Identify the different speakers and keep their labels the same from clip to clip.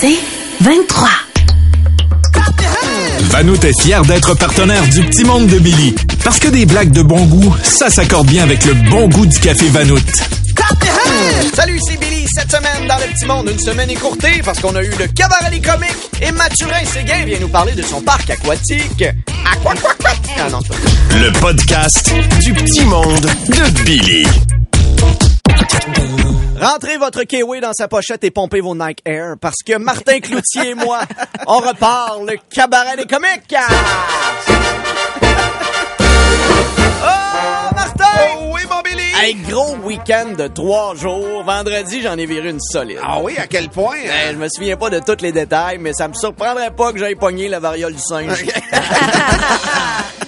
Speaker 1: C'est 23.
Speaker 2: Vanout est fier d'être partenaire du petit monde de Billy. Parce que des blagues de bon goût, ça s'accorde bien avec le bon goût du café Vanout.
Speaker 3: Salut, c'est Billy. Cette semaine, dans le petit monde, une semaine écourtée parce qu'on a eu le cabaret des comiques et Mathurin Séguin vient nous parler de son parc aquatique. Aquaquaquat. Ah non, c'est pas ça.
Speaker 2: Le podcast du petit monde de Billy.
Speaker 3: Rentrez votre kiwi dans sa pochette et pompez vos Nike Air parce que Martin Cloutier et moi, on repart le cabaret des comiques. Ah! Oh, Martin!
Speaker 4: Oh oui, mon Billy!
Speaker 3: Hey, gros week-end de trois jours. Vendredi, j'en ai viré une solide.
Speaker 4: Ah oui, à quel point? hein?
Speaker 3: Ben, je me souviens pas de tous les détails, mais ça me surprendrait pas que j'aille pogner la variole du singe.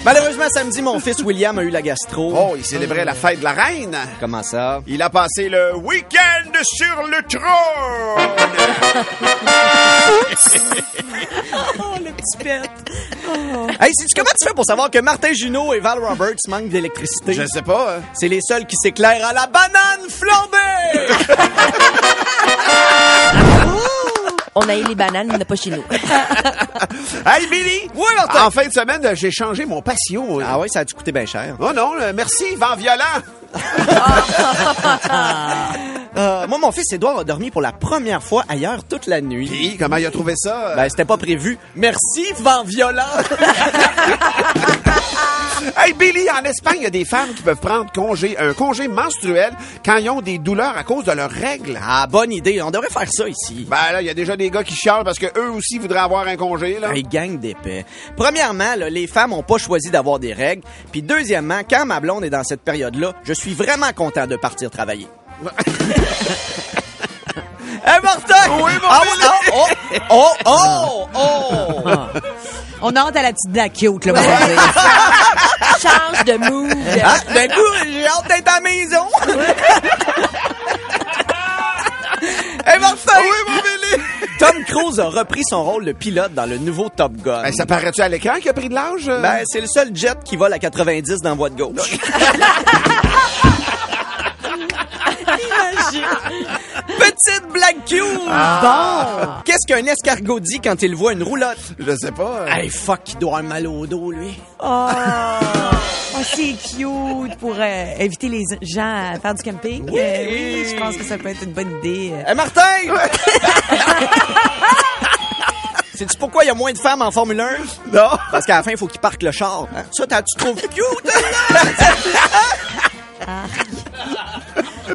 Speaker 3: Malheureusement, samedi, mon fils William a eu la gastro.
Speaker 4: Oh, il célébrait la fête de la reine.
Speaker 3: Comment ça?
Speaker 4: Il a passé le week-end sur le trône.
Speaker 1: Oh, le petit bête.
Speaker 3: Hey, sais-tu comment tu fais pour savoir que Martin Junot et Val Roberts manquent d'électricité?
Speaker 4: Je sais pas. hein.
Speaker 3: C'est les seuls qui s'éclairent à la banane flambée!
Speaker 1: On a eu les bananes, mais on n'a pas chez nous.
Speaker 4: Hey, Billy!
Speaker 3: Oui, Martin.
Speaker 4: En fin de semaine, j'ai changé mon patio. hein.
Speaker 3: ah ouais, ça a dû coûter bien cher.
Speaker 4: Oh non, euh, merci, vent violent.
Speaker 3: Euh, moi, mon fils Édouard a dormi pour la première fois ailleurs toute la nuit.
Speaker 4: Puis, euh, comment il a trouvé ça?
Speaker 3: Ben, c'était pas prévu. Merci, vent violent!
Speaker 4: Hey Billy, en Espagne, il y a des femmes qui peuvent prendre congé, un congé menstruel quand ils ont des douleurs à cause de leurs règles.
Speaker 3: ah, bonne idée. On devrait faire ça ici.
Speaker 4: Ben là, il y a déjà des gars qui chialent parce que eux aussi voudraient avoir un congé là.
Speaker 3: Un gang d'épais. Premièrement, là, les femmes ont pas choisi d'avoir des règles. Puis deuxièmement, quand ma blonde est dans cette période-là, je suis vraiment content de partir travailler. hey, Martin!
Speaker 4: Oui, mon
Speaker 3: Ah,
Speaker 4: Billy!
Speaker 3: oh, oh, oh, oh,
Speaker 4: Ah.
Speaker 3: oh!
Speaker 5: On a hâte à la petite dacute, là, on va dire.
Speaker 1: Change de move.
Speaker 3: Ah, d'un coup, j'ai hâte d'être à la maison! hey, Martin! Oui, mon Tom Cruise a repris son rôle de pilote dans le nouveau Top Gun.
Speaker 4: Ben, ça paraît-tu à l'écran qu'il a pris de l'âge? euh?
Speaker 3: Ben, c'est le seul jet qui vole à 90 dans voie de gauche. Petite blague cute! Bon! Qu'est-ce qu'un escargot dit quand il voit une roulotte?
Speaker 4: je sais pas. euh.
Speaker 3: Hey, fuck, il doit avoir mal au dos, lui.
Speaker 5: Oh, oh, c'est cute pour euh, éviter les gens à faire du camping. Euh, Oui, je pense que ça peut être une bonne idée.
Speaker 3: Hey, Martin! Sais-tu pourquoi il y a moins de femmes en Formule 1?
Speaker 4: Non.
Speaker 3: Parce qu'à la fin, il faut qu'ils parquent le char. hein. Ça, t'as- tu trouves cute? hein? Ah.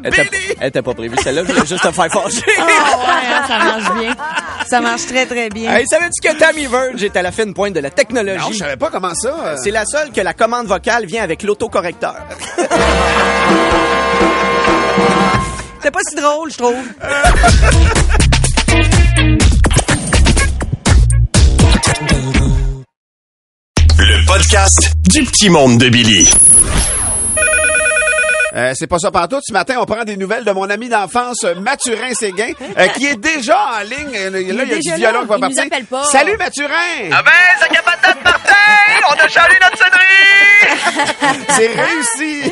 Speaker 3: Elle était- Elle était pas prévue, celle-là. Je voulais juste te faire fâcher.
Speaker 5: Ah ouais, hein, ça marche bien. Ça marche très, très bien.
Speaker 3: Hey, savais-tu que Tammy Verge est à la fine pointe de la
Speaker 6: Ah,
Speaker 4: Non, je
Speaker 3: technologie?
Speaker 4: savais pas comment ça. euh.
Speaker 3: C'est la seule que la commande vocale vient avec l'autocorrecteur.
Speaker 5: C'était pas si drôle, je trouve.
Speaker 2: Le podcast du petit monde de Billy.
Speaker 4: Euh, c'est pas ça partout. Ce matin, on prend des nouvelles de mon ami d'enfance, euh, Mathurin Séguin, euh, qui est déjà en ligne. Euh, Là, il y a
Speaker 1: déjà
Speaker 4: du
Speaker 1: là.
Speaker 4: violon qui va
Speaker 1: Il
Speaker 4: partir.
Speaker 1: nous appelle pas.
Speaker 4: Salut, Mathurin!
Speaker 6: Ah ben, ça capote de Martin! On a chalé notre sonnerie! ben.
Speaker 4: C'est réussi!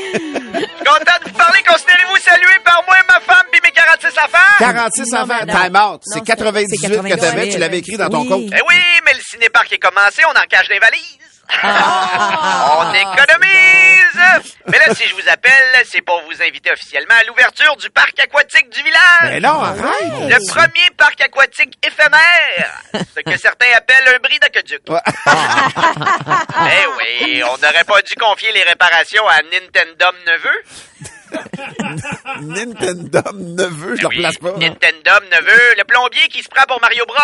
Speaker 6: Content de vous parler, considérez-vous salué par moi, ma femme, puis mes 46 affaires!
Speaker 4: 46
Speaker 5: Non,
Speaker 4: enfants,
Speaker 5: mais non.
Speaker 4: time out.
Speaker 5: Non,
Speaker 4: C'est
Speaker 5: c'est-
Speaker 4: 98
Speaker 5: c'est
Speaker 4: que t'avais, tu l'avais écrit dans ton
Speaker 5: Oui.
Speaker 4: compte.
Speaker 6: Eh oui, mais le cinéparc est commencé, on en cache les valises! on économise! Mais là, si je vous appelle, c'est pour vous inviter officiellement à l'ouverture du parc aquatique du
Speaker 4: Mais
Speaker 6: village!
Speaker 4: non, arrête!
Speaker 6: Le premier parc aquatique éphémère! ce que certains appellent un bris d'aqueduc.
Speaker 4: Ouais.
Speaker 6: Eh oui, on n'aurait pas dû confier les réparations à Nintendo Neveu.
Speaker 4: Nintendo neveu, je le replace pas.
Speaker 6: Nintendo, neveu, le plombier qui se prend pour Mario Bros.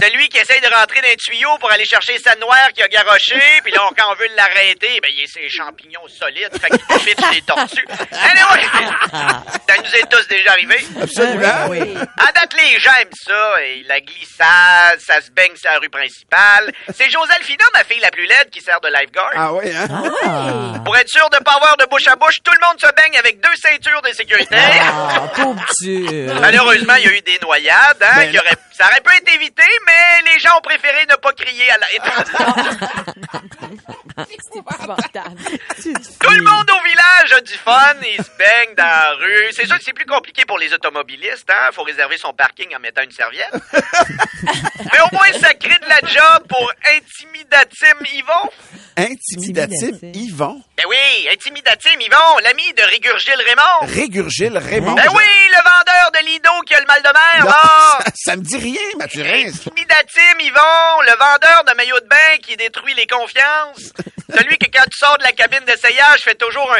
Speaker 6: Celui qui essaye de rentrer dans un tuyau pour aller chercher sa noire qui a garoché, puis là, on- quand on veut l'arrêter, ben, il a ses champignons solides, fait qu'il pitche des tortues. Anyway, ça nous est tous déjà arrivé.
Speaker 4: Absolument.
Speaker 6: À date, les gens aiment ça, et la glissade, ça se baigne sur la rue principale. C'est Josalfina, ma fille la plus laide, qui sert de lifeguard.
Speaker 4: Ah oui, hein?
Speaker 5: Ah.
Speaker 6: Pour être sûr de pas avoir de bouche à bouche, tout le monde se baigne avec deux ceintures de sécurité.
Speaker 5: Ah, pauvre Dieu.
Speaker 6: Malheureusement, il y a eu des noyades, hein,
Speaker 4: Ben
Speaker 6: qui auraient- ça aurait
Speaker 5: Ah.
Speaker 6: pu être évité, mais les gens ont préféré ne pas crier à l'aide.
Speaker 1: épouvantable.
Speaker 6: Tout le monde au village a du fun, ils se baignent dans la rue. C'est sûr que c'est plus compliqué pour les automobilistes, hein? Faut réserver son parking en mettant une serviette. Mais au moins, ça crée de la job pour Intimidatim Yvon.
Speaker 4: Intimidatif, Yvon.
Speaker 6: Ben oui, Intimidatim Yvon, l'ami de Régurgile Raymond.
Speaker 4: Régurgile Raymond.
Speaker 6: Ben oui, le vendeur de Lido qui a le mal de mer, Ah!
Speaker 4: Non,
Speaker 6: là.
Speaker 4: ça, ça me dit rien, Mathurin.
Speaker 6: Eh Intimidatim, Yvon, le vendeur de maillots de bain qui détruit les confiances. Celui que quand tu sors de la cabine d'essayage fait toujours un.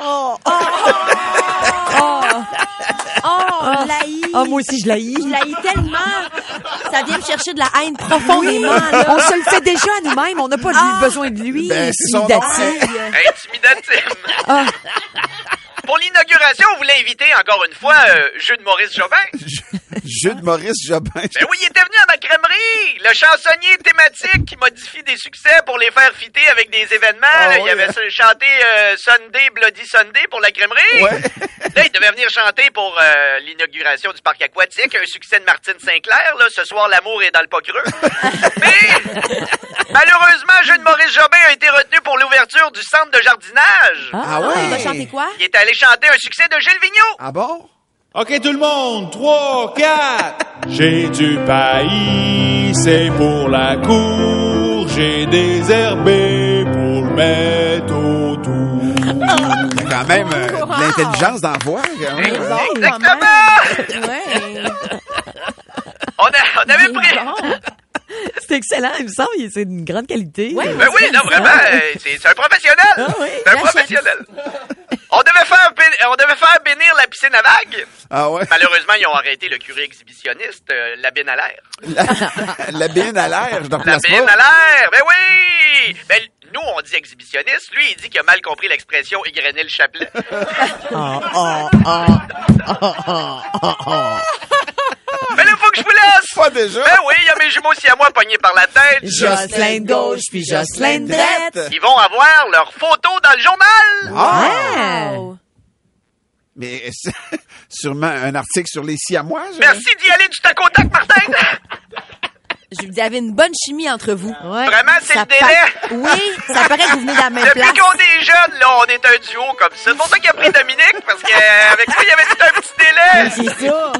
Speaker 1: Oh, oh, je la hais.
Speaker 5: Ah, moi aussi, je la hais.
Speaker 1: Je la hais tellement. Ça vient me chercher de la haine profondément, là.
Speaker 5: On se le fait déjà à nous-mêmes. On n'a pas
Speaker 1: Ah.
Speaker 5: besoin de lui.
Speaker 4: Ben, c'est son
Speaker 5: Intimidatif.
Speaker 6: Intimidatim. Pour l'inauguration, on voulait inviter encore une fois euh, Jeu de Maurice Jobin.
Speaker 4: Jeu de Maurice Jobin.
Speaker 6: Ben oui, il était venu à ma crèmerie, le chansonnier thématique qui modifie des succès pour les faire fitter avec des événements.
Speaker 4: Ah
Speaker 6: là.
Speaker 4: ouais.
Speaker 6: Il avait euh, chanté euh, Sunday, Bloody Sunday pour la crèmerie.
Speaker 4: Ouais.
Speaker 6: Là, il devait venir chanter pour euh, l'inauguration du parc aquatique, un succès de Martine Sinclair. Là, ce soir, l'amour est dans le pas creux. Mais malheureusement, jeu de Maurice Jobin a été retenu pour l'ouverture du centre de jardinage.
Speaker 4: Ah
Speaker 1: Il va chanter
Speaker 4: ouais?
Speaker 1: quoi?
Speaker 6: Il est allé chanter un succès de Gilles Vigneault.
Speaker 4: Ah bon?
Speaker 7: OK, tout le monde, 3, 4. J'ai du paillis, c'est pour la cour. J'ai des herbés pour le mettre autour.
Speaker 4: Il y a quand même euh, de l'intelligence dans la voix. quand même. Ah.
Speaker 6: Exactement!
Speaker 1: Ouais.
Speaker 6: On, a- on avait
Speaker 4: Ah.
Speaker 6: pris...
Speaker 5: C'est excellent, il me semble. il- C'est d'une grande qualité.
Speaker 1: Ouais.
Speaker 6: Ben oui, non, vraiment, euh, c'est c'est un professionnel.
Speaker 5: oui,
Speaker 6: c'est un
Speaker 1: j'achète.
Speaker 6: professionnel. On devait, faire, bén- on devait faire bénir la piscine à vagues.
Speaker 4: Ah ouais?
Speaker 6: Malheureusement, ils ont arrêté le curé exhibitionniste, euh, la bine à l'air.
Speaker 4: La, la bine à l'air, je n'en
Speaker 6: La
Speaker 4: place
Speaker 6: bine à
Speaker 4: pas.
Speaker 6: l'air, ben oui! Ben, nous, on dit exhibitionniste. Lui, il dit qu'il a mal compris l'expression égrener le chapelet. Mais là, faut que je vous laisse!
Speaker 4: Pas déjà?
Speaker 6: Ben oui, il y a mes jumeaux aussi à moi pognés par la tête.
Speaker 5: Jocelyn gauche, puis Jocelyn droite.
Speaker 6: Ils vont avoir leur photo dans le journal!
Speaker 4: Ah!
Speaker 1: Wow.
Speaker 4: Mais c'est sûrement un article sur les siamois. je-
Speaker 6: Merci d'y aller du tac au tac, Martin!
Speaker 1: Je vous avais une bonne chimie entre vous.
Speaker 6: Vraiment, c'est
Speaker 1: Ça
Speaker 6: le délai.
Speaker 1: pa- Oui, ça paraît que vous venez de la même
Speaker 6: Depuis
Speaker 1: place.
Speaker 6: qu'on est jeune, là, on est un duo comme ça. C'est pour ça qu'il a pris Dominique, parce que euh, avec moi, il y avait tout un petit délai.
Speaker 5: C'est ça.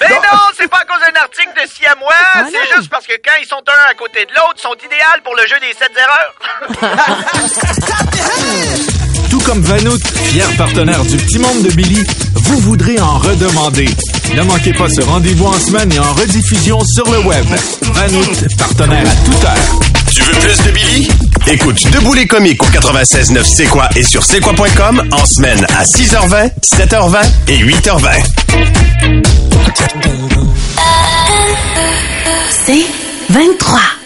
Speaker 6: Mais non, c'est pas à cause d'un article de si à moi. c'est
Speaker 5: non.
Speaker 6: juste parce que quand ils sont un à côté de l'autre, ils sont idéales pour le jeu des sept erreurs.
Speaker 2: Tout comme Vanout, fier partenaire du petit monde de Billy, vous voudrez en redemander. Ne manquez pas ce rendez-vous en semaine et en rediffusion sur le web. Vanout, partenaire à toute heure.
Speaker 8: Tu veux plus de Billy? Écoute Debout les comiques au 96.9 C'est quoi et sur c'est quoi.com en semaine à 6h20, 7h20 et 8h20.
Speaker 1: C'est 23.